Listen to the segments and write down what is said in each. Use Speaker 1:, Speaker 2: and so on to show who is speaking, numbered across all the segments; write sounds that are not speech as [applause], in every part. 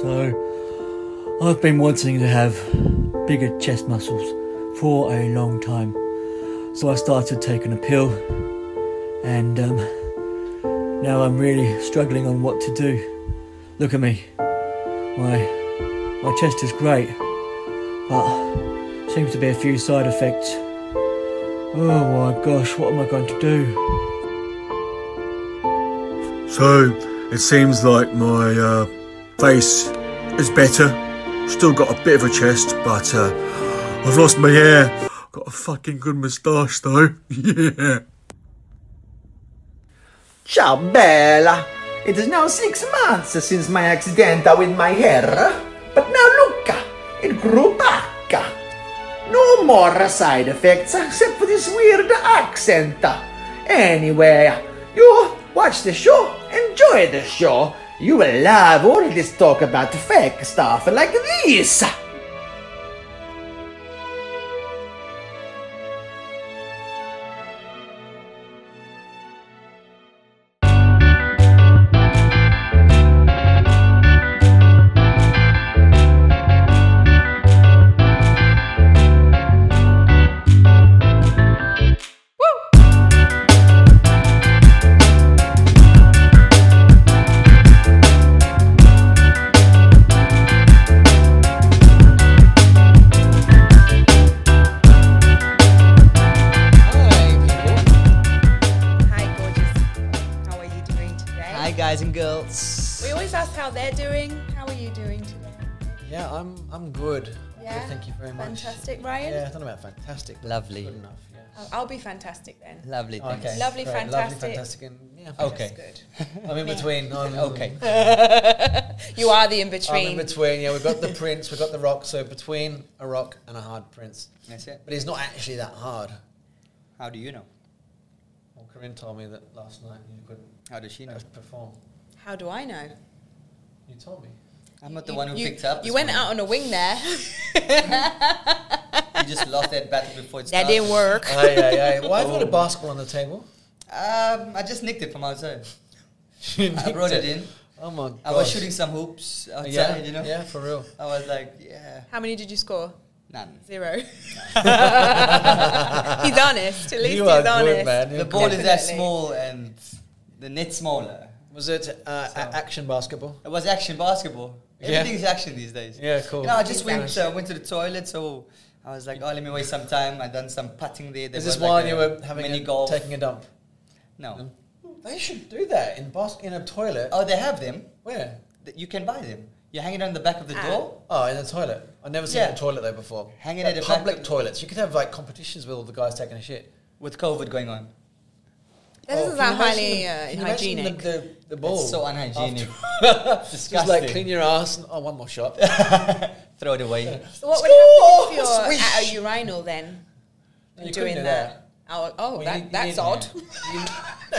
Speaker 1: So I've been wanting to have bigger chest muscles for a long time. So I started taking a pill, and um, now I'm really struggling on what to do. Look at me. My my chest is great, but seems to be a few side effects. Oh my gosh, what am I going to do?
Speaker 2: So it seems like my uh, face is better. Still got a bit of a chest, but uh, I've lost my hair. Got a fucking good moustache though. [laughs] yeah.
Speaker 3: Ciao Bella! It is now six months since my accident with my hair, but now look, it grew back. No more side effects except for this weird accent. Anyway, you watch the show, enjoy the show. You will love all this talk about fake stuff like this.
Speaker 4: Hi, people.
Speaker 5: Hi, gorgeous. How are you doing today?
Speaker 4: Hi, guys and girls.
Speaker 5: We always ask how they're doing. How are you doing today?
Speaker 6: Yeah, I'm I'm good.
Speaker 5: Yeah?
Speaker 6: Good, thank you very much.
Speaker 5: Fantastic, Ryan?
Speaker 6: Yeah, I don't know about fantastic. but
Speaker 4: Lovely.
Speaker 6: Good enough. Yeah.
Speaker 5: Oh, I'll be fantastic then.
Speaker 4: Lovely. Things.
Speaker 6: Okay,
Speaker 5: Lovely,
Speaker 6: great,
Speaker 5: fantastic.
Speaker 6: Lovely, fantastic, and yeah.
Speaker 4: Okay. [laughs]
Speaker 5: That's
Speaker 6: I'm in between. I'm,
Speaker 4: Okay.
Speaker 5: good. You are the in
Speaker 6: I'm in
Speaker 5: between.
Speaker 6: between. Yeah, we've got the prince, we've got the rock. So between a rock and a hard prince.
Speaker 4: That's it.
Speaker 6: But he's not actually that hard.
Speaker 4: How do you know?
Speaker 6: Well, Corinne told me that last night you couldn't
Speaker 4: How does she know?
Speaker 6: perform.
Speaker 5: How do I know?
Speaker 6: You told
Speaker 4: [laughs]
Speaker 6: me.
Speaker 4: I'm not the
Speaker 5: You-
Speaker 4: one who
Speaker 5: you-
Speaker 4: picked up.
Speaker 5: You
Speaker 4: this
Speaker 5: went
Speaker 4: morning.
Speaker 5: out on a wing
Speaker 6: [laughs]
Speaker 5: there.
Speaker 4: You just lost that battle before it
Speaker 5: That
Speaker 4: started.
Speaker 5: didn't work.
Speaker 6: aye, aye, aye. Why have you got a
Speaker 4: Oh.
Speaker 6: basketball on the table? [laughs]
Speaker 4: Um, I just nicked it from outside.
Speaker 6: You
Speaker 4: I brought
Speaker 6: nicked
Speaker 4: it in.
Speaker 6: Oh my god.
Speaker 4: I was shooting some hoops outside.
Speaker 6: Yeah,
Speaker 4: You know.
Speaker 6: yeah, for real.
Speaker 4: I was like, yeah,
Speaker 5: How many did you score?
Speaker 4: none.
Speaker 6: [laughs]
Speaker 5: Zero. he's honest. At least he's
Speaker 6: You are good,
Speaker 5: honest.
Speaker 6: man.
Speaker 4: The ball is that
Speaker 5: Definitely.
Speaker 4: small and the net smaller.
Speaker 6: Was it uh, a- action basketball?
Speaker 4: It was action basketball.
Speaker 6: Yeah.
Speaker 4: Everything's action these days.
Speaker 6: Yeah, cool.
Speaker 4: You know, I just went.
Speaker 6: Nice.
Speaker 4: Uh, went to the toilet, so I was like, "Oh, let me waste some time." I done some putting there. There
Speaker 6: Is this
Speaker 4: was,
Speaker 6: while
Speaker 4: like,
Speaker 6: you
Speaker 4: a
Speaker 6: were having
Speaker 4: mini
Speaker 6: a,
Speaker 4: golf?
Speaker 6: taking a dump?
Speaker 4: no.
Speaker 6: They should do that in Bos- in a toilet. Uh,
Speaker 4: Oh, they have them.
Speaker 6: Where?
Speaker 4: Th- You can buy them. You hang it on the back of the
Speaker 5: Ah.
Speaker 4: door.
Speaker 6: Oh, in a toilet. I've never seen
Speaker 4: Yeah.
Speaker 6: a toilet though before.
Speaker 4: Hanging
Speaker 6: Like
Speaker 4: at the back
Speaker 6: public
Speaker 4: of-
Speaker 6: toilets. You could have like competitions with all the guys taking a shit.
Speaker 4: With COVID going on,
Speaker 5: That
Speaker 6: Oh,
Speaker 5: doesn't
Speaker 6: can
Speaker 5: sound
Speaker 6: you imagine
Speaker 5: highly
Speaker 6: the-
Speaker 5: uh,
Speaker 6: can you imagine
Speaker 5: hygienic.
Speaker 6: The, the, the ball.
Speaker 4: it's so unhygienic.
Speaker 6: [laughs] Just
Speaker 4: Disgusting.
Speaker 6: like clean your ass and oh, one more [laughs] shot.
Speaker 4: [laughs] Throw it away.
Speaker 5: So what would happen if you're at a urinal then?
Speaker 6: You couldn't
Speaker 5: doing
Speaker 6: do
Speaker 5: that? Oh, oh
Speaker 6: Well, you
Speaker 5: that,
Speaker 6: need- you
Speaker 5: that's [laughs]
Speaker 6: need-
Speaker 5: odd.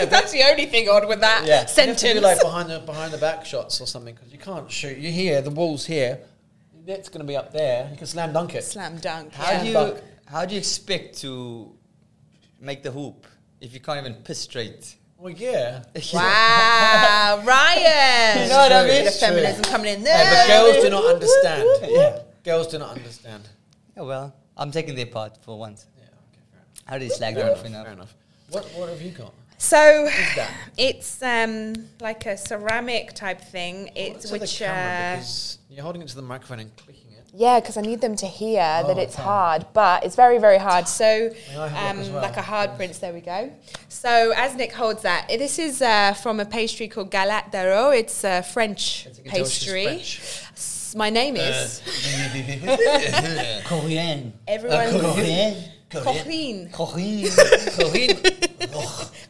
Speaker 6: You-
Speaker 5: that's the only thing odd with that
Speaker 4: Yeah.
Speaker 6: you have
Speaker 5: sentence.
Speaker 6: to do like behind the behind the back shots or something because you can't shoot. You here, the wall's here. That's going to be up there. You can slam dunk it.
Speaker 5: Slam dunk.
Speaker 4: How
Speaker 5: yeah.
Speaker 4: do
Speaker 6: Buck.
Speaker 4: you how do you expect to make the hoop if you can't even piss straight? [laughs]
Speaker 6: Well, yeah. [laughs]
Speaker 5: Wow, Ryan!
Speaker 4: You know what I mean?
Speaker 5: The
Speaker 4: It's
Speaker 6: true.
Speaker 5: feminism coming in
Speaker 6: Yeah,
Speaker 5: there.
Speaker 6: but girls do not understand. yeah. Girls do not understand.
Speaker 4: Yeah, well, I'm taking their part for once.
Speaker 6: Yeah, okay, fair enough.
Speaker 4: I already slagged
Speaker 6: Fair
Speaker 4: them off
Speaker 6: enough.
Speaker 4: enough. [laughs]
Speaker 6: Fair enough. What, what have you got?
Speaker 5: So
Speaker 6: that?
Speaker 5: it's um like a ceramic type thing.
Speaker 6: Hold it
Speaker 5: It's
Speaker 6: to the
Speaker 5: which
Speaker 6: camera
Speaker 5: uh,
Speaker 6: because you're holding it to the microphone and clicking it.
Speaker 5: yeah, because I need them to hear that
Speaker 6: Oh,
Speaker 5: it's
Speaker 6: okay.
Speaker 5: hard, but it's very, very hard. So,
Speaker 6: May I have a look
Speaker 5: um,
Speaker 6: as well?
Speaker 5: like a hard prince, there we go. So, as Nick holds that, eh, this is uh, from a pastry called Galate d'Aro. It's a French
Speaker 6: As you can tell, she's
Speaker 5: pastry.
Speaker 6: French.
Speaker 5: S- My name is
Speaker 4: Korean.
Speaker 6: Oh,
Speaker 5: everyone. [laughs]
Speaker 4: Korean.
Speaker 5: Corinne.
Speaker 4: Korean.
Speaker 6: Corinne.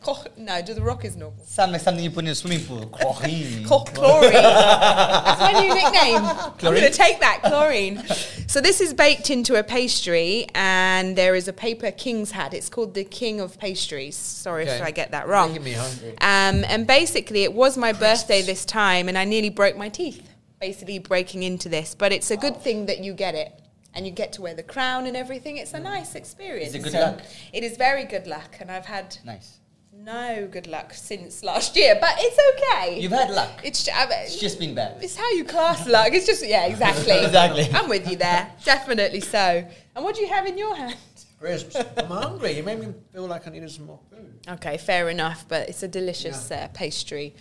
Speaker 5: Co- no, do the rock is
Speaker 6: [laughs]
Speaker 5: normal.
Speaker 4: [laughs] Sound like something you put in a swimming pool. Korean.
Speaker 5: Co- chlorine. That's my new nickname. I'm going to take that, chlorine. So this is baked into a pastry, and there is a paper King's had. It's called the King of Pastries. Sorry if
Speaker 6: Okay.
Speaker 5: I get that wrong.
Speaker 6: Making me hungry.
Speaker 5: Um, and basically, it was my birthday this time, and I nearly broke my teeth, basically breaking into this. But it's a good thing that you get it. And you get to wear the
Speaker 6: Mm.
Speaker 5: crown and everything. It's a nice experience.
Speaker 4: Is it good
Speaker 5: So
Speaker 4: luck?
Speaker 5: It is very good luck, and I've had
Speaker 4: Nice.
Speaker 5: no good luck since last year, but it's okay.
Speaker 4: You've had luck.
Speaker 5: it's, ju- I mean,
Speaker 4: It's just been bad.
Speaker 5: it's how you class luck. It's just yeah,
Speaker 6: [laughs]
Speaker 5: exactly.
Speaker 4: Exactly.
Speaker 5: I'm with you there. Definitely so. And what do you have in your hand?
Speaker 6: Crisps. I'm hungry. You made me feel like I needed some more food.
Speaker 5: Okay, fair enough, but it's a delicious uh, pastry.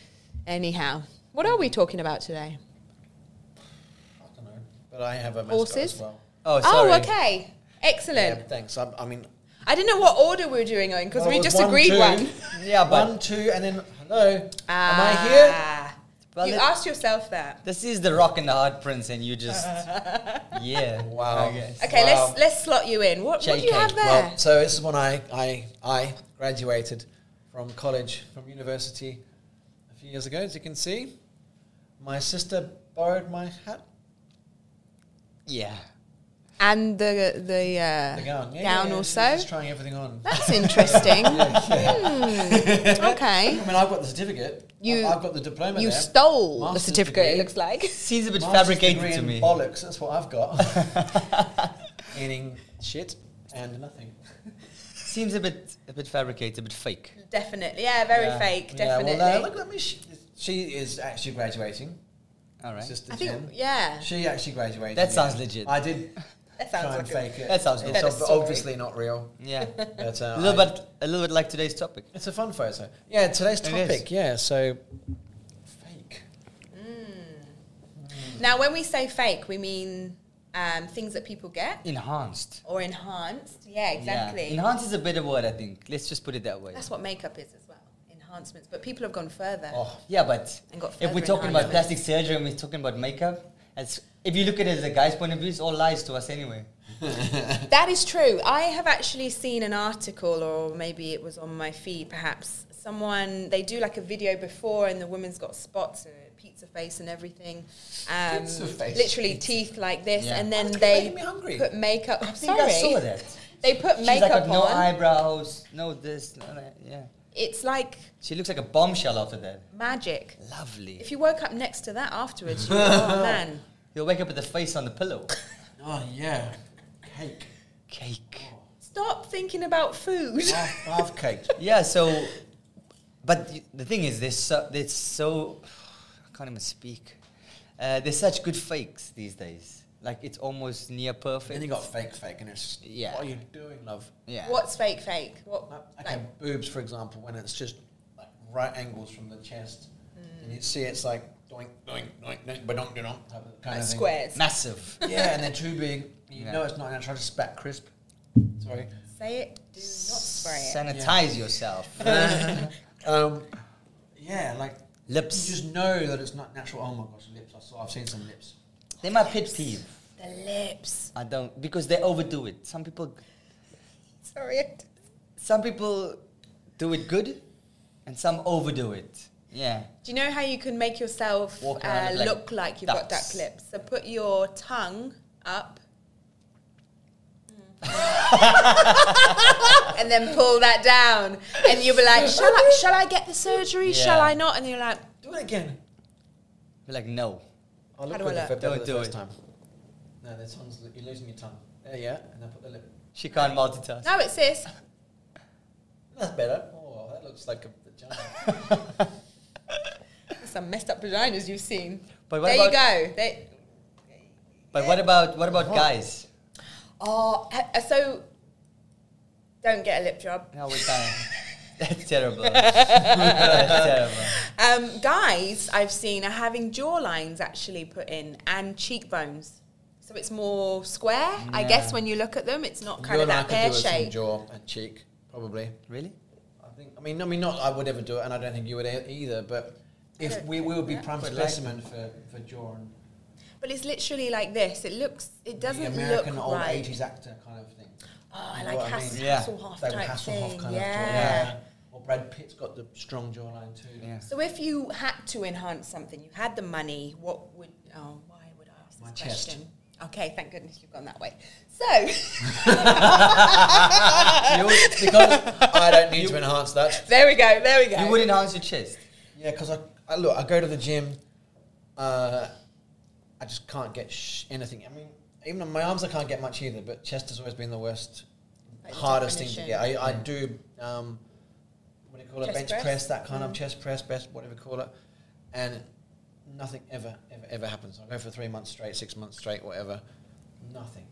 Speaker 5: Anyhow, what are we talking about today?
Speaker 6: I don't know. But I have a mascot
Speaker 5: Horses?
Speaker 6: as well.
Speaker 4: Oh, sorry.
Speaker 5: Oh, okay. Excellent.
Speaker 6: Yeah, thanks. I, I mean,
Speaker 5: I didn't know what order we were doing on because
Speaker 6: Well,
Speaker 5: we
Speaker 6: it was
Speaker 5: just agreed
Speaker 6: two.
Speaker 5: one.
Speaker 4: Yeah, but
Speaker 6: one, two, and then hello. Am I here?
Speaker 5: Ah. you
Speaker 4: it-
Speaker 5: asked yourself that.
Speaker 4: this is the rock and the hard prince, and you just yeah.
Speaker 6: Wow.
Speaker 4: I guess.
Speaker 5: Okay,
Speaker 6: Wow.
Speaker 5: let's let's slot you in. What, what do you
Speaker 4: JK,
Speaker 5: have there?
Speaker 6: Well, so this is when I, I, I graduated from college, from university a few years ago, as you can see. My sister borrowed my hat,
Speaker 4: Yeah.
Speaker 5: and the the, uh,
Speaker 6: the gown. Yeah,
Speaker 5: gown
Speaker 6: yeah, yeah,
Speaker 5: also.
Speaker 6: she's just trying everything on. [laughs]
Speaker 5: That's interesting. Hmm,
Speaker 6: I [laughs]
Speaker 5: Okay,
Speaker 6: mean, I've got the certificate.
Speaker 5: You-
Speaker 6: I've I've got the diploma
Speaker 5: you
Speaker 6: there.
Speaker 5: stole
Speaker 6: Master's
Speaker 5: the certificate. It
Speaker 6: degree.
Speaker 5: looks like.
Speaker 4: Seems a bit
Speaker 6: Master's
Speaker 4: fabricated
Speaker 6: degree
Speaker 4: to
Speaker 6: in
Speaker 4: me.
Speaker 6: Bollocks, that's what I've got.
Speaker 4: [laughs]
Speaker 6: Meaning shit
Speaker 5: [laughs]
Speaker 6: and nothing.
Speaker 4: Seems a bit a bit fabricated, a bit fake.
Speaker 5: Definitely, yeah, very
Speaker 6: Yeah.
Speaker 5: fake.
Speaker 6: Yeah, well,
Speaker 5: Definitely.
Speaker 6: uh, look at me. She, she is actually graduating.
Speaker 4: All right.
Speaker 6: Sister
Speaker 5: I think,
Speaker 6: Jen.
Speaker 5: yeah,
Speaker 6: She actually graduated.
Speaker 4: That
Speaker 6: yeah.
Speaker 4: sounds legit.
Speaker 6: I [laughs] did
Speaker 5: that
Speaker 6: try
Speaker 5: sounds
Speaker 6: and
Speaker 5: like a,
Speaker 6: fake it.
Speaker 4: That sounds
Speaker 6: it's
Speaker 4: legit.
Speaker 6: ob-
Speaker 5: Better story.
Speaker 6: obviously not real.
Speaker 4: yeah.
Speaker 6: But, uh,
Speaker 4: A little
Speaker 6: I-
Speaker 4: bit a little bit like today's topic.
Speaker 6: It's a fun photo. Yeah, today's
Speaker 4: It is.
Speaker 6: topic. Yeah, so fake.
Speaker 5: Now, when we say fake, we mean um, things that people get
Speaker 4: Enhanced.
Speaker 5: or enhanced. Yeah, exactly.
Speaker 4: Yeah. Enhanced is a better word, I think. Let's just put it that way.
Speaker 5: That's what makeup is as well. Enhancements, but people have gone further.
Speaker 6: Oh,
Speaker 4: Yeah, but
Speaker 5: And got
Speaker 4: if we're
Speaker 5: further
Speaker 4: talking about
Speaker 5: enhancements.
Speaker 4: plastic surgery and we're talking about makeup, as if you look at it as a guy's point of view, it's all lies to us anyway.
Speaker 5: That is true. I have actually seen an article, or maybe it was on my feed, perhaps. Someone they do like a video before, and the woman's got spots and a pizza face and everything. Um,
Speaker 6: Pizza face.
Speaker 5: literally teeth like this,
Speaker 4: Yeah.
Speaker 5: and then
Speaker 6: That's gonna
Speaker 5: they
Speaker 6: make me hungry.
Speaker 5: put makeup. I'm
Speaker 4: I think
Speaker 5: sorry,
Speaker 4: I
Speaker 5: [laughs]
Speaker 4: saw that.
Speaker 5: they put
Speaker 4: She's like
Speaker 5: makeup
Speaker 4: got no
Speaker 5: on.
Speaker 4: eyebrows, no this, no that. Yeah,
Speaker 5: It's like
Speaker 4: she looks like a bombshell after that.
Speaker 5: magic.
Speaker 4: Lovely.
Speaker 5: If you woke up next to that afterwards, you would,
Speaker 4: [laughs]
Speaker 5: oh man,
Speaker 4: You'll wake up with a face on the pillow.
Speaker 6: oh yeah, cake.
Speaker 4: [laughs] Cake.
Speaker 5: stop thinking about food.
Speaker 6: Half, half cake. [laughs]
Speaker 4: Yeah. So, but y- the thing is, there's so, there's so I can't even speak. Uh, there's such good fakes these days. Like it's almost near perfect.
Speaker 6: Then you got fake fake, and it's just,
Speaker 4: Yeah.
Speaker 6: What are you doing, love?
Speaker 5: [laughs]
Speaker 4: yeah.
Speaker 5: What's fake? Fake? What?
Speaker 6: Okay,
Speaker 5: like-
Speaker 6: boobs, for example, when it's just like right angles from the chest, and you see it's like doink doink doink doink, but don't do not kind
Speaker 5: like
Speaker 6: of thing.
Speaker 5: squares.
Speaker 4: [laughs] Massive.
Speaker 6: Yeah, and they're too big. You
Speaker 4: Yeah.
Speaker 6: know it's not. And I try to spat crisp. Sorry.
Speaker 5: Say it. Do not spray it.
Speaker 4: Sanitize yourself.
Speaker 6: Um, yeah, like you
Speaker 4: Lips.
Speaker 6: just know that it's not natural. Oh my gosh, lips! I saw, I've seen some lips.
Speaker 4: They're my pet peeve.
Speaker 5: The lips.
Speaker 4: I don't because they overdo it. Some people,
Speaker 5: Sorry.
Speaker 4: some people do it good, and some overdo it. Yeah.
Speaker 5: Do you know how you can make yourself
Speaker 4: Walk
Speaker 5: uh,
Speaker 4: around like
Speaker 5: look like you've got
Speaker 4: ducks.
Speaker 5: duck lips? So put your tongue [laughs] up. and then pull that down, and you'll be like, "Shall I? Shall I get the surgery? Shall
Speaker 4: Yeah.
Speaker 5: I not?" And you're like,
Speaker 6: Do it again.
Speaker 4: Be like no.
Speaker 6: I
Speaker 5: How
Speaker 6: look
Speaker 5: do I
Speaker 6: like
Speaker 5: look?
Speaker 6: a
Speaker 4: Don't
Speaker 6: the
Speaker 4: do
Speaker 6: first
Speaker 4: it.
Speaker 6: time. No, this one's you're losing your tongue. There, yeah, and then put the lip.
Speaker 4: She can't multitask.
Speaker 5: "No, it's this."
Speaker 6: That's better. Oh, that looks like a vagina.
Speaker 5: Some messed up vaginas you've seen.
Speaker 4: But what
Speaker 5: there you
Speaker 4: about-
Speaker 5: go. They,
Speaker 4: But what about what about guys?
Speaker 5: oh, uh, uh, so don't get a lip job.
Speaker 4: No, we can't. [laughs] That's terrible. [laughs] That's terrible.
Speaker 5: Um, guys, I've seen are having jawlines actually put in and cheekbones, so it's more square. I guess
Speaker 4: Yeah.
Speaker 5: when you look at them, it's not kind
Speaker 6: You
Speaker 5: of
Speaker 6: and I
Speaker 5: that
Speaker 6: could do
Speaker 5: pear
Speaker 6: it from
Speaker 5: shape.
Speaker 6: Jaw and cheek, probably.
Speaker 4: Really?
Speaker 6: I think. I mean, I mean, not I would ever do it, and I don't think you would e- either. But if
Speaker 5: don't
Speaker 6: we, we would be
Speaker 5: think
Speaker 6: prime
Speaker 4: But like-
Speaker 6: specimen for, for jaw and
Speaker 5: But it's literally like this. It looks. It doesn't
Speaker 6: the American
Speaker 5: look
Speaker 6: old
Speaker 5: right.
Speaker 6: '80s actor kind of thing.
Speaker 5: Oh, I
Speaker 6: You know
Speaker 5: like
Speaker 6: what I
Speaker 5: Hass-
Speaker 6: mean?
Speaker 4: Yeah.
Speaker 5: Hasselhoff
Speaker 6: David
Speaker 5: type
Speaker 6: Hasselhoff
Speaker 5: thing.
Speaker 6: kind
Speaker 5: yeah.
Speaker 6: of jawline. Or Brad Pitt's got the strong jawline too.
Speaker 4: Yeah.
Speaker 5: So if you had to enhance something, you had the money. What would? Oh, why would I ask
Speaker 6: My
Speaker 5: this
Speaker 6: chest.
Speaker 5: question? Okay, thank goodness you've gone that way. So [laughs]
Speaker 6: You- because I don't need to enhance that.
Speaker 5: there we go. There we go.
Speaker 4: You would enhance your chest.
Speaker 6: Yeah, because I, I look, I go to the gym. Uh, I just can't get sh- anything. I mean, even on my arms, I can't get much either. But chest has always been the worst,
Speaker 5: Like the
Speaker 6: hardest thing to
Speaker 5: definition.
Speaker 6: get. I, I do. Um, when what do you call it?
Speaker 5: Chest
Speaker 6: bench
Speaker 5: press? Mm.
Speaker 6: press, that kind of chest press, best whatever you call it, and nothing ever, ever, ever happens. I go for three months straight, six months straight, whatever, nothing.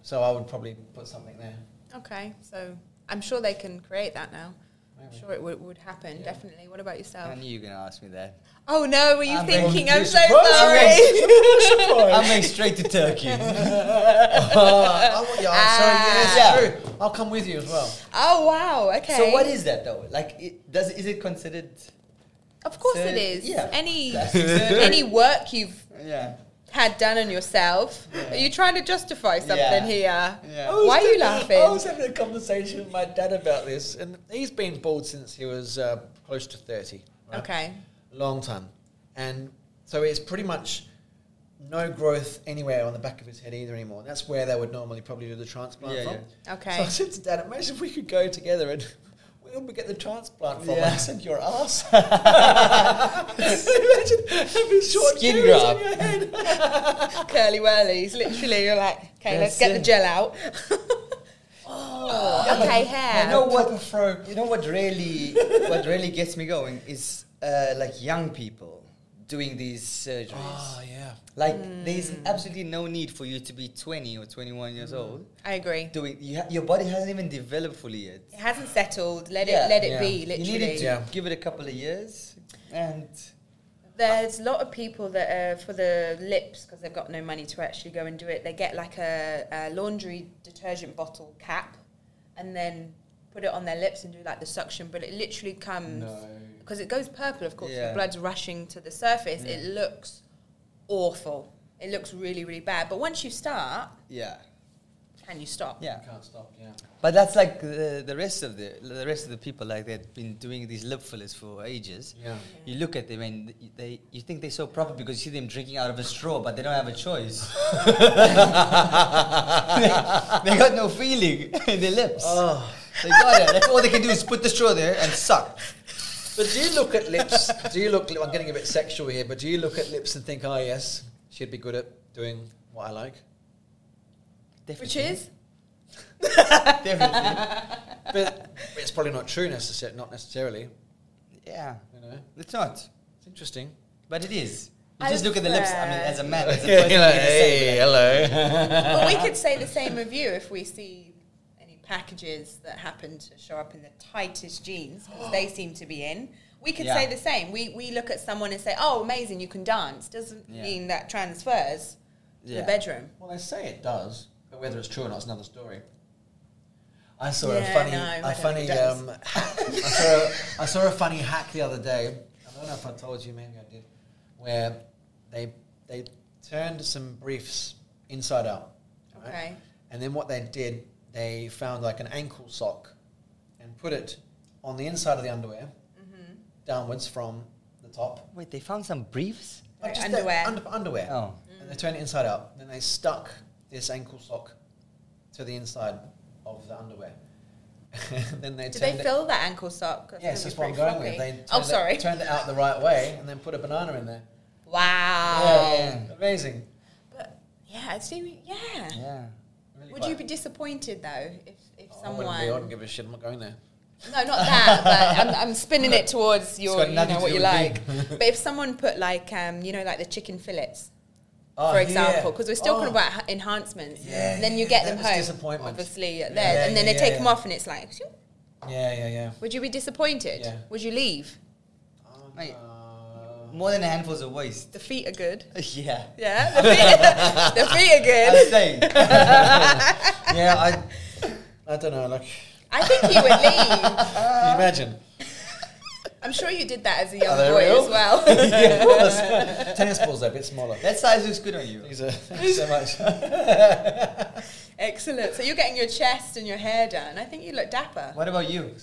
Speaker 6: So I would probably put something there.
Speaker 5: [laughs] Okay, so I'm sure they can create that now. I'm
Speaker 6: Maybe.
Speaker 5: sure it would, would happen, definitely. What about
Speaker 4: I
Speaker 5: yourself?
Speaker 4: knew you were going to ask me that.
Speaker 5: Oh no, were you
Speaker 4: I'm going
Speaker 5: thinking?
Speaker 4: to
Speaker 5: I'm
Speaker 4: do
Speaker 5: so
Speaker 4: surprise. [laughs]
Speaker 5: sorry.
Speaker 4: I'm going straight to Turkey.
Speaker 6: I want your answer. yes,
Speaker 4: Ah.
Speaker 6: true. I'll come with you as well.
Speaker 5: [laughs] oh wow, okay.
Speaker 4: So what is that though? Like, it, does is it considered?
Speaker 5: Of course
Speaker 4: So,
Speaker 5: it is.
Speaker 4: yeah.
Speaker 5: Any
Speaker 4: Plastic surgery.
Speaker 5: any work you've
Speaker 4: Yeah.
Speaker 5: had done on yourself. Are you trying to justify something
Speaker 4: Yeah.
Speaker 5: here?
Speaker 4: Yeah.
Speaker 5: Why are you
Speaker 6: I was
Speaker 5: laughing?
Speaker 6: having a conversation with my dad about this, and he's been bald since he was uh, close to thirty. right?
Speaker 5: Okay.
Speaker 6: long time, and so it's pretty much no growth anywhere on the back of his head either anymore. That's where they would normally probably do the transplant
Speaker 4: Yeah,
Speaker 6: from. So
Speaker 5: Okay.
Speaker 6: I said to Dad, imagine if we could go together and [laughs] where would we get the transplant from?
Speaker 4: Yeah.
Speaker 6: I said, your ass. imagine having short
Speaker 4: Skin
Speaker 6: Skin
Speaker 4: graft.
Speaker 6: on your head.
Speaker 5: Curly whirlies. Literally, you're like, okay,
Speaker 4: That's
Speaker 5: let's get the
Speaker 4: it.
Speaker 5: gel out. [laughs] oh, okay, hair.
Speaker 4: You know what?
Speaker 6: Proper fro.
Speaker 4: You know what really, what really gets me going is uh, like young people doing these surgeries.
Speaker 6: Oh, yeah.
Speaker 4: Like, there's absolutely no need for you to be 20 or 21 years old.
Speaker 5: I agree.
Speaker 4: Doing you ha- your body hasn't even developed fully yet.
Speaker 5: It hasn't settled. Let
Speaker 4: Yeah.
Speaker 5: it let it
Speaker 6: Yeah.
Speaker 5: be.
Speaker 4: You need
Speaker 5: Literally,
Speaker 4: it to
Speaker 6: Yeah.
Speaker 4: give it a couple of years, and
Speaker 5: there's a lot of people that uh, for the lips because they've got no money to actually go and do it. They get like a, a laundry detergent bottle cap, and then put it on their lips and do like the suction. But it literally comes because it goes purple. Of course,
Speaker 4: Yeah.
Speaker 5: the blood's rushing to the surface. It looks awful. It looks really really bad. But once you start,
Speaker 4: yeah,
Speaker 5: can you stop?
Speaker 4: yeah.
Speaker 6: Can't stop, yeah.
Speaker 4: But that's like uh, the, the rest of the the rest of the people like they've been doing these lip fillers for ages.
Speaker 6: Yeah.
Speaker 4: You look at them and they you think they're so proper because you see them drinking out of a straw, but they don't have a choice. [laughs] they, got no feeling [laughs] in their lips.
Speaker 6: Oh.
Speaker 4: They got it. That's all they can do is put the straw there and suck.
Speaker 6: But do you look at lips? Do you look? I'm getting a bit sexual here, but do you look at lips and think, "Oh yes, she'd be good at doing what I like"?
Speaker 5: Which is
Speaker 4: definitely.
Speaker 6: But it's probably not true necessarily. Not necessarily.
Speaker 4: yeah,
Speaker 6: You know,
Speaker 4: it's not,
Speaker 6: it's interesting.
Speaker 4: but it is. You
Speaker 5: I
Speaker 4: just look at the lips. I mean,
Speaker 5: swear.
Speaker 4: as a man, as a
Speaker 6: [laughs]
Speaker 4: person,
Speaker 6: Yeah,
Speaker 5: [laughs]
Speaker 4: you
Speaker 6: you're like,
Speaker 4: can say,
Speaker 6: "Hey,
Speaker 4: like,
Speaker 6: hello.
Speaker 5: Well, we could say the same of you if we see any packages that happen to show up in the tightest jeans because
Speaker 6: [gasps]
Speaker 5: they seem to be in. We could
Speaker 4: Yeah.
Speaker 5: say the same. We we look at someone and say, "Oh, amazing, you can dance." Doesn't
Speaker 4: Yeah.
Speaker 5: mean that transfers to
Speaker 4: Yeah.
Speaker 5: the bedroom.
Speaker 6: Well, they say it does, but whether it's true or not is another story. I saw
Speaker 5: Yeah,
Speaker 6: a funny,
Speaker 5: no, I
Speaker 6: a
Speaker 5: don't
Speaker 6: funny,
Speaker 5: think it does.
Speaker 6: um, [laughs] I, saw a, I saw a funny hack the other day. I don't know if I told you, maybe I did, where they they turned some briefs inside out. right?
Speaker 5: Okay.
Speaker 6: And then what they did, they found like an ankle sock and put it on the inside of the underwear,
Speaker 5: Mm-hmm.
Speaker 6: downwards from the top,
Speaker 4: Wait, they found some briefs.
Speaker 5: Right,
Speaker 6: just
Speaker 5: underwear.
Speaker 6: The under, underwear.
Speaker 4: Oh.
Speaker 6: And they turn it inside out. Then they stuck this ankle sock to the inside of the underwear. [laughs] and then they
Speaker 5: Did
Speaker 6: turned
Speaker 5: they
Speaker 6: it.
Speaker 5: fill that ankle sock? 'Cause
Speaker 6: Yes,
Speaker 5: it's
Speaker 6: that's what
Speaker 5: gonna
Speaker 6: I'm
Speaker 5: be
Speaker 6: going
Speaker 5: pretty
Speaker 6: with. They
Speaker 5: floppy.
Speaker 6: turned
Speaker 5: oh, sorry.
Speaker 6: It, turned it out the right way and then put a banana in there.
Speaker 5: wow.
Speaker 4: Yeah.
Speaker 6: Amazing.
Speaker 5: But yeah, I see. Yeah.
Speaker 4: Yeah.
Speaker 6: Really
Speaker 5: Would
Speaker 6: quite-
Speaker 5: you be disappointed though if if
Speaker 6: Oh, I
Speaker 5: someone?
Speaker 6: wouldn't be, I wouldn't give a shit. I'm not going there.
Speaker 5: No, not that. But I'm, I'm spinning it towards your,
Speaker 4: got
Speaker 5: you
Speaker 4: nothing
Speaker 5: know,
Speaker 4: to
Speaker 5: what
Speaker 4: do
Speaker 5: you
Speaker 4: with
Speaker 5: like. but if someone put like, um, you know, like the chicken fillets,
Speaker 6: Oh,
Speaker 5: for
Speaker 6: yeah.
Speaker 5: example, because we're still talking
Speaker 6: Oh.
Speaker 5: about h- enhancements,
Speaker 6: Yeah,
Speaker 5: and then you
Speaker 6: yeah,
Speaker 5: get
Speaker 6: that
Speaker 5: them
Speaker 6: was
Speaker 5: home,
Speaker 6: disappointment.
Speaker 5: obviously, at
Speaker 6: Yeah,
Speaker 5: theirs,
Speaker 6: yeah,
Speaker 5: and then they
Speaker 6: yeah,
Speaker 5: take
Speaker 6: yeah.
Speaker 5: them off, and it's like, "Phew."
Speaker 6: Yeah, yeah, yeah.
Speaker 5: would you be disappointed?
Speaker 6: Yeah.
Speaker 5: Would you leave?
Speaker 6: Oh,
Speaker 4: Mate.
Speaker 6: no.
Speaker 4: More than a handful's of waste.
Speaker 5: The feet are good.
Speaker 4: yeah.
Speaker 5: Uh, [laughs] Yeah, the
Speaker 6: [laughs]
Speaker 5: feet, the feet are
Speaker 4: I'm
Speaker 5: good.
Speaker 4: saying.
Speaker 6: yeah, I, I don't know. Like, can
Speaker 5: I think you would leave.
Speaker 6: you imagine?
Speaker 5: I'm sure you did that as a young
Speaker 6: they
Speaker 5: boy
Speaker 6: real?
Speaker 5: as well.
Speaker 6: [laughs] yeah,
Speaker 5: [laughs]
Speaker 6: it was. Tennis balls are a bit smaller.
Speaker 4: That size looks good on you.
Speaker 6: These [laughs] are- Thank you so much.
Speaker 5: Excellent. So you're getting your chest and your hair done. I think you look dapper.
Speaker 4: What about you?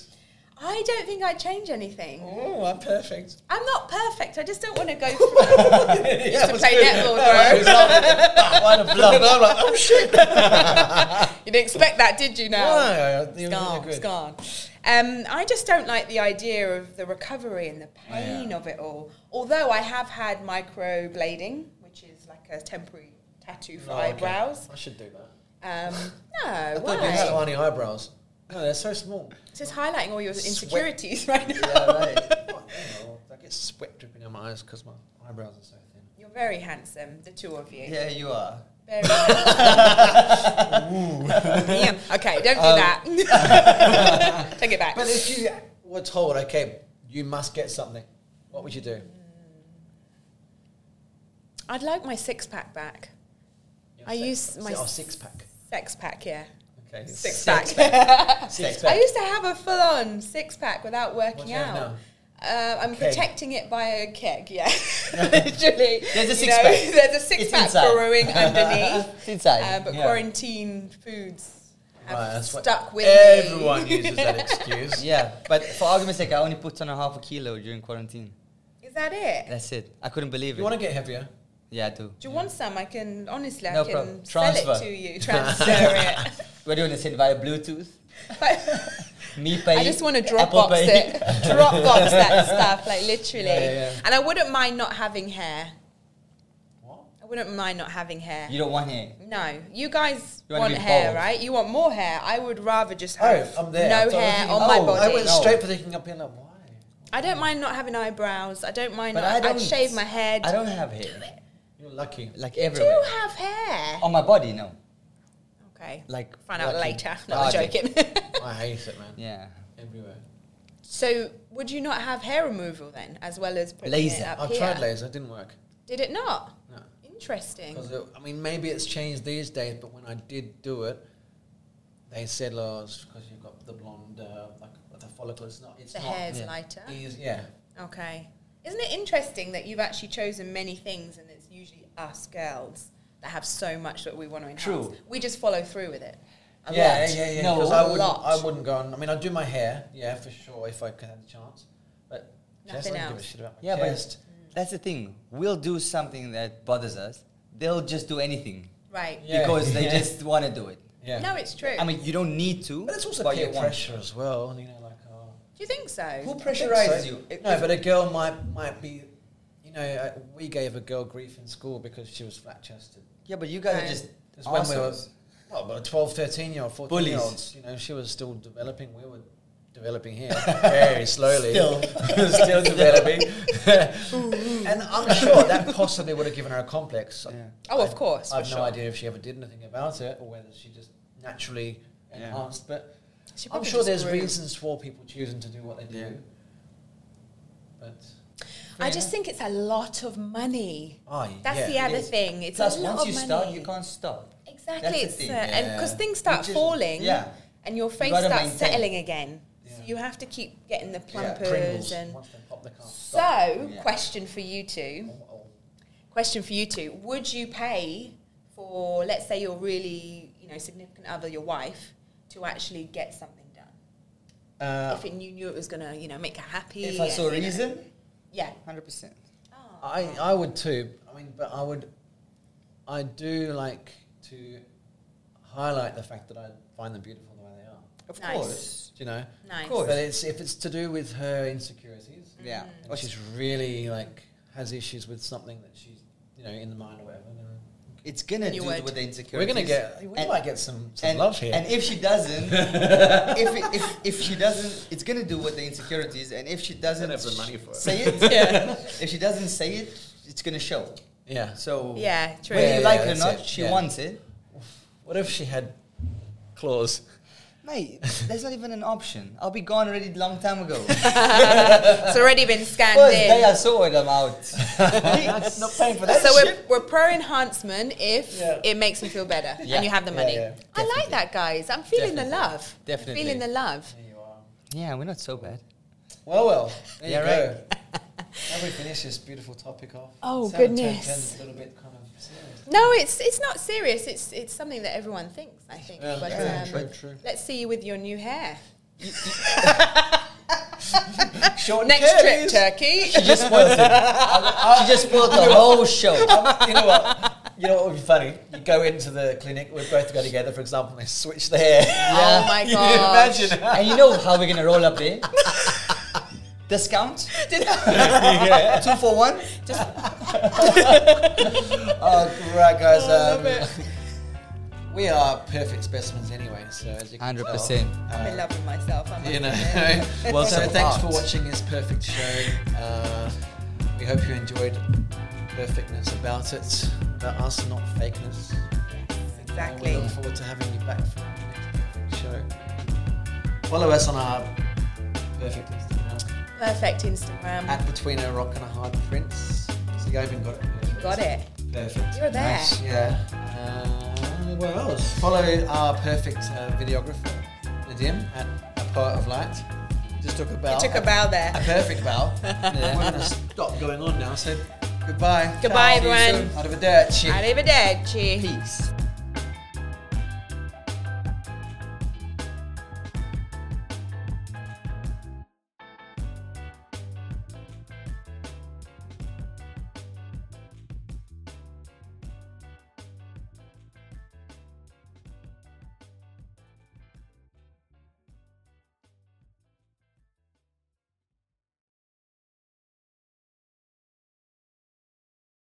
Speaker 5: I don't think I'd change anything.
Speaker 6: Oh, I'm [laughs] perfect.
Speaker 5: I'm not perfect. I just don't want to
Speaker 6: [laughs]
Speaker 5: go through used to play netball, bro.
Speaker 4: what
Speaker 6: [laughs]
Speaker 4: a bluff.
Speaker 6: I'm like, oh shit. [laughs]
Speaker 5: you didn't expect that, did you? Now
Speaker 6: No,
Speaker 5: it's gone. It's gone. Um, I just don't like the idea of the recovery and the pain of it all. Although I have had microblading, which is like a temporary tattoo for eyebrows.
Speaker 6: Oh, I should do that. [laughs]
Speaker 5: Um, no,
Speaker 6: I thought you
Speaker 5: why?
Speaker 6: had tiny eyebrows. No, they're so small. [laughs]
Speaker 5: This is highlighting all your
Speaker 6: Sweat.
Speaker 5: insecurities [laughs] right now.
Speaker 6: yeah, right. Oh, hang on, I get sweat dripping down my eyes because my eyebrows are so thin.
Speaker 5: You're very handsome, the two of you.
Speaker 4: Yeah, you are.
Speaker 5: Very yeah. Okay, don't do that. Take it back.
Speaker 6: But if you were told, okay, you must get something, what would you do?
Speaker 5: I'd like my six pack back. I use my
Speaker 6: oh, six pack.
Speaker 5: sex pack, yeah.
Speaker 6: Okay,
Speaker 5: Six,
Speaker 4: Six
Speaker 5: pack.
Speaker 6: Six
Speaker 5: I used to have a full on six pack without
Speaker 6: What
Speaker 5: working
Speaker 6: do you have
Speaker 5: out.
Speaker 6: now?
Speaker 5: Uh, I'm
Speaker 6: Keg.
Speaker 5: protecting it by a keg, yeah. [laughs] Literally.
Speaker 4: There's a
Speaker 5: you
Speaker 4: six
Speaker 5: [laughs]
Speaker 4: pack.
Speaker 5: There's a six
Speaker 4: It's
Speaker 5: pack
Speaker 4: inside. [laughs]
Speaker 5: brewing underneath.
Speaker 4: It's inside.
Speaker 5: Uh, but
Speaker 4: yeah.
Speaker 5: quarantine foods have
Speaker 6: Right, that's what
Speaker 5: stuck with
Speaker 6: Everyone
Speaker 5: me. [laughs]
Speaker 6: uses that excuse.
Speaker 4: Yeah, but for argument's sake, I only put on a half a kilo during quarantine.
Speaker 5: Is that it?
Speaker 4: That's it. I couldn't believe
Speaker 6: You
Speaker 4: it.
Speaker 6: want to get heavier?
Speaker 4: yeah, I do.
Speaker 5: Do you want some? I can honestly,
Speaker 4: No
Speaker 5: I can
Speaker 4: problem.
Speaker 5: sell it
Speaker 4: Transfer.
Speaker 5: to you. Transfer it.
Speaker 4: [laughs] We're doing this in via Bluetooth.
Speaker 5: But
Speaker 4: Me pay.
Speaker 5: I just want to
Speaker 4: Apple
Speaker 5: Dropbox
Speaker 4: Pay.
Speaker 5: it, Dropbox that stuff, like literally.
Speaker 6: Yeah, yeah, yeah.
Speaker 5: And I wouldn't mind not having hair.
Speaker 6: What?
Speaker 5: I wouldn't mind not having hair.
Speaker 4: [laughs] You don't want it.
Speaker 5: no, you guys
Speaker 4: You wanna
Speaker 5: want
Speaker 4: be
Speaker 5: hair,
Speaker 4: bald.
Speaker 5: right? You want more hair. I would rather just
Speaker 6: Oh,
Speaker 5: have
Speaker 6: I'm there.
Speaker 5: no
Speaker 6: So I was
Speaker 5: hair
Speaker 6: thinking-
Speaker 5: on my
Speaker 6: oh,
Speaker 5: body.
Speaker 6: I went
Speaker 4: No.
Speaker 6: straight for thinking up here. Like, why?
Speaker 5: I don't mind not having eyebrows. I don't mind.
Speaker 4: But
Speaker 5: Not,
Speaker 4: I don't.
Speaker 5: I'd shave my head.
Speaker 4: I don't have hair.
Speaker 6: You're lucky.
Speaker 4: Like
Speaker 5: Do you
Speaker 4: everywhere.
Speaker 5: have hair?
Speaker 4: On my body, no.
Speaker 5: Okay,
Speaker 4: Oh, Like
Speaker 5: find out
Speaker 4: lucky.
Speaker 5: later. No, I'm
Speaker 4: Ah, okay.
Speaker 5: joking.
Speaker 6: [laughs]
Speaker 5: [laughs]
Speaker 6: I hate it, man.
Speaker 4: Yeah.
Speaker 6: Everywhere.
Speaker 5: so, would you not have hair removal then, as well as putting
Speaker 4: Laser.
Speaker 5: It up
Speaker 6: I've
Speaker 5: here?
Speaker 6: tried laser, it didn't work.
Speaker 5: Did it not?
Speaker 6: No.
Speaker 5: Interesting.
Speaker 6: 'Cause it- I mean, maybe it's changed these days, but when I did do it, they said, "Oh, it's because you've got the blonde, uh, like the follicle. It's not. It's
Speaker 5: The
Speaker 6: not
Speaker 5: hair's
Speaker 4: yeah.
Speaker 5: lighter.
Speaker 6: easy." Yeah.
Speaker 5: Okay. Isn't it interesting that you've actually chosen many things and it's usually us girls that have so much that we want to enhance?
Speaker 4: True.
Speaker 5: We just follow through with it. A
Speaker 6: yeah,
Speaker 5: lot.
Speaker 6: yeah, yeah,
Speaker 4: No,
Speaker 6: Because
Speaker 5: a
Speaker 6: I wouldn't,
Speaker 5: lot.
Speaker 6: I wouldn't go on. I mean, I'd do my hair, yeah, for sure, if I could have the chance. But chest,
Speaker 5: Nothing
Speaker 6: I don't give a
Speaker 5: else.
Speaker 6: shit about my
Speaker 4: Yeah,
Speaker 6: chest.
Speaker 4: but that's the thing. We'll do something that bothers us. They'll just do anything
Speaker 5: Right.
Speaker 6: Yeah.
Speaker 4: because they
Speaker 6: Yeah.
Speaker 4: just want to do it.
Speaker 6: yeah.
Speaker 5: No, it's true.
Speaker 4: I mean, you don't need to.
Speaker 6: but it's also
Speaker 4: but
Speaker 6: peer
Speaker 4: you want.
Speaker 6: pressure as well. You know, like oh,
Speaker 5: Do you think so?
Speaker 4: Who pressurizes you? If-
Speaker 6: No, but a girl might might be. You know, uh, we gave a girl grief in school because she was flat chested.
Speaker 4: Yeah, but you guys
Speaker 5: Right.
Speaker 4: are just.
Speaker 6: Because when we were,
Speaker 4: assholes.
Speaker 6: well, but 12, 13 year old, 14 year olds,
Speaker 4: Bullies.
Speaker 6: you know, she was still developing. We were developing
Speaker 4: [laughs]
Speaker 6: here very slowly.
Speaker 4: Still.
Speaker 6: [laughs] still
Speaker 4: [laughs]
Speaker 6: developing. [laughs] and I'm sure that possibly would have given her a complex.
Speaker 4: Yeah.
Speaker 5: Oh, of course.
Speaker 6: I
Speaker 5: for
Speaker 6: have
Speaker 5: sure.
Speaker 6: no idea if she ever did anything about it or whether she just naturally
Speaker 4: Yeah.
Speaker 6: enhanced. But
Speaker 5: She
Speaker 6: I'm
Speaker 5: probably
Speaker 6: sure
Speaker 5: just
Speaker 6: there's
Speaker 5: grew.
Speaker 6: reasons for people choosing to do what they do.
Speaker 4: Yeah.
Speaker 6: But
Speaker 5: I just think it's a lot of money.
Speaker 6: oh,
Speaker 5: That's
Speaker 6: yeah.
Speaker 5: the other
Speaker 4: is.
Speaker 5: thing. It's
Speaker 4: Plus,
Speaker 5: a lot
Speaker 4: once
Speaker 5: of
Speaker 4: you
Speaker 5: money.
Speaker 4: start, you can't stop.
Speaker 5: Exactly.
Speaker 4: That's the
Speaker 5: It's
Speaker 4: thing,
Speaker 5: uh, and
Speaker 6: yeah.
Speaker 5: because things start
Speaker 4: Which is-
Speaker 5: falling,
Speaker 4: yeah.
Speaker 5: and your face
Speaker 4: gotta
Speaker 5: starts
Speaker 4: maintain.
Speaker 5: settling again. So
Speaker 6: Yeah.
Speaker 5: you have to keep getting the
Speaker 6: Yeah,
Speaker 5: plumpers
Speaker 6: Pringles,
Speaker 5: and.
Speaker 6: once they pop, they can't
Speaker 5: So,
Speaker 6: stop.
Speaker 4: Yeah.
Speaker 5: question for you two.
Speaker 6: Oh, oh.
Speaker 5: Question for you two. Would you pay for, let's say, your really, you know, significant other, your wife, to actually get something done?
Speaker 6: Uh,
Speaker 5: if it, you knew it was going to, you know, make her happy.
Speaker 4: If I
Speaker 5: and,
Speaker 4: saw a
Speaker 5: you know-
Speaker 4: reason,
Speaker 5: Yeah.
Speaker 4: 100%.
Speaker 5: Oh.
Speaker 6: I, I would too. I mean, but I would, I do like to highlight the fact that I find them beautiful the way they are.
Speaker 4: Of
Speaker 5: Nice.
Speaker 4: course.
Speaker 6: Do you know?
Speaker 5: Nice.
Speaker 4: course.
Speaker 6: But it's if it's to do with her insecurities,
Speaker 5: Mm-hmm.
Speaker 4: Yeah.
Speaker 6: and
Speaker 4: Or
Speaker 6: she's
Speaker 4: she's-
Speaker 6: really like has issues with something that she's you know in the mind or whatever. Then
Speaker 4: It's going to
Speaker 5: You
Speaker 4: do
Speaker 5: would.
Speaker 4: with the
Speaker 6: we're
Speaker 4: insecurities.
Speaker 6: gonna get we
Speaker 4: And-
Speaker 6: might get some, some
Speaker 4: and,
Speaker 6: love here.
Speaker 4: And if she doesn't, if, it, if if she doesn't, it's gonna do with the insecurities. And if she doesn't
Speaker 2: have the money for it.
Speaker 4: say
Speaker 5: [laughs]
Speaker 4: it, if she doesn't say it, it's gonna show.
Speaker 6: yeah.
Speaker 4: So
Speaker 5: Yeah, true.
Speaker 4: whether
Speaker 6: Yeah,
Speaker 4: you like
Speaker 6: yeah,
Speaker 4: it or
Speaker 6: that's
Speaker 4: not,
Speaker 6: it,
Speaker 4: she
Speaker 6: yeah.
Speaker 4: wants it.
Speaker 6: What if she had [laughs] claws?
Speaker 4: Mate, that's not even an option. I'll be gone already long time
Speaker 5: [laughs]
Speaker 4: ago.
Speaker 5: It's already
Speaker 4: [laughs]
Speaker 5: been scanned
Speaker 4: First
Speaker 5: in.
Speaker 4: day I saw it, I'm out.
Speaker 6: not paying for
Speaker 5: [laughs] so we're, we're pro enhancement if
Speaker 6: Yeah.
Speaker 5: it makes them feel better
Speaker 4: Yeah.
Speaker 5: and you have the
Speaker 6: Yeah,
Speaker 5: money.
Speaker 6: yeah.
Speaker 5: I like that, guys. I'm feeling the
Speaker 4: Definitely.
Speaker 5: love. I'm
Speaker 4: Definitely.
Speaker 5: feeling the love.
Speaker 6: There you are.
Speaker 4: Yeah, we're not so bad.
Speaker 6: Well, well. There
Speaker 4: Yeah,
Speaker 6: you
Speaker 4: [laughs]
Speaker 6: go. Now we finish this beautiful topic off.
Speaker 5: Oh,
Speaker 6: Sounded turned-
Speaker 5: goodness.
Speaker 6: turned a little bit kind of serious.
Speaker 4: [laughs]
Speaker 5: No, it's it's not serious. It's it's something that everyone thinks. I think.
Speaker 6: Yeah,
Speaker 5: but,
Speaker 6: yeah,
Speaker 5: um,
Speaker 6: true, true.
Speaker 5: Let's see you with your new hair.
Speaker 6: Short
Speaker 5: Next trip,
Speaker 6: [laughs]
Speaker 5: Turkey.
Speaker 4: She just spoiled it. She just spoiled [laughs] the whole show.
Speaker 6: Um, you know what? You know what would be funny? You go into the clinic, we both go together, for example, and they switch the hair.
Speaker 5: Oh my
Speaker 6: Can [laughs] you
Speaker 5: god!
Speaker 6: imagine.
Speaker 4: And you know how we're gonna roll
Speaker 6: [laughs]
Speaker 4: up there? Discount? [laughs] Two for one?
Speaker 5: Oh,
Speaker 6: Oh, right, guys. um, [laughs] We are perfect specimens anyway, so as you can
Speaker 4: 100%.
Speaker 6: tell,
Speaker 7: I'm in
Speaker 6: uh,
Speaker 7: love with myself. I'm
Speaker 6: You know.
Speaker 4: Well,
Speaker 6: so
Speaker 4: so
Speaker 6: thanks
Speaker 4: art.
Speaker 6: for watching this perfect show. Uh, we hope you enjoyed perfectness about it, about us, not fakeness. And
Speaker 7: exactly.
Speaker 6: we look forward to having you back for the next perfect show. Follow us on our perfect Instagram
Speaker 7: Perfect Instagram.
Speaker 6: at between a rock and a hard prince. See, I even got it.
Speaker 7: you got it.
Speaker 6: Perfect.
Speaker 7: You're there.
Speaker 6: Nice, yeah. Uh, where else? Follow our perfect uh, videographer, Nadim, at A Poet of Light. Just took a bow.
Speaker 7: You took a bow there.
Speaker 6: A [laughs] perfect
Speaker 7: [laughs]
Speaker 6: bow. yeah. We're going to stop going on now, so goodbye.
Speaker 5: Goodbye,
Speaker 6: See you
Speaker 5: everyone.
Speaker 6: soon. Arrivederci.
Speaker 5: Arrivederci.
Speaker 6: Peace.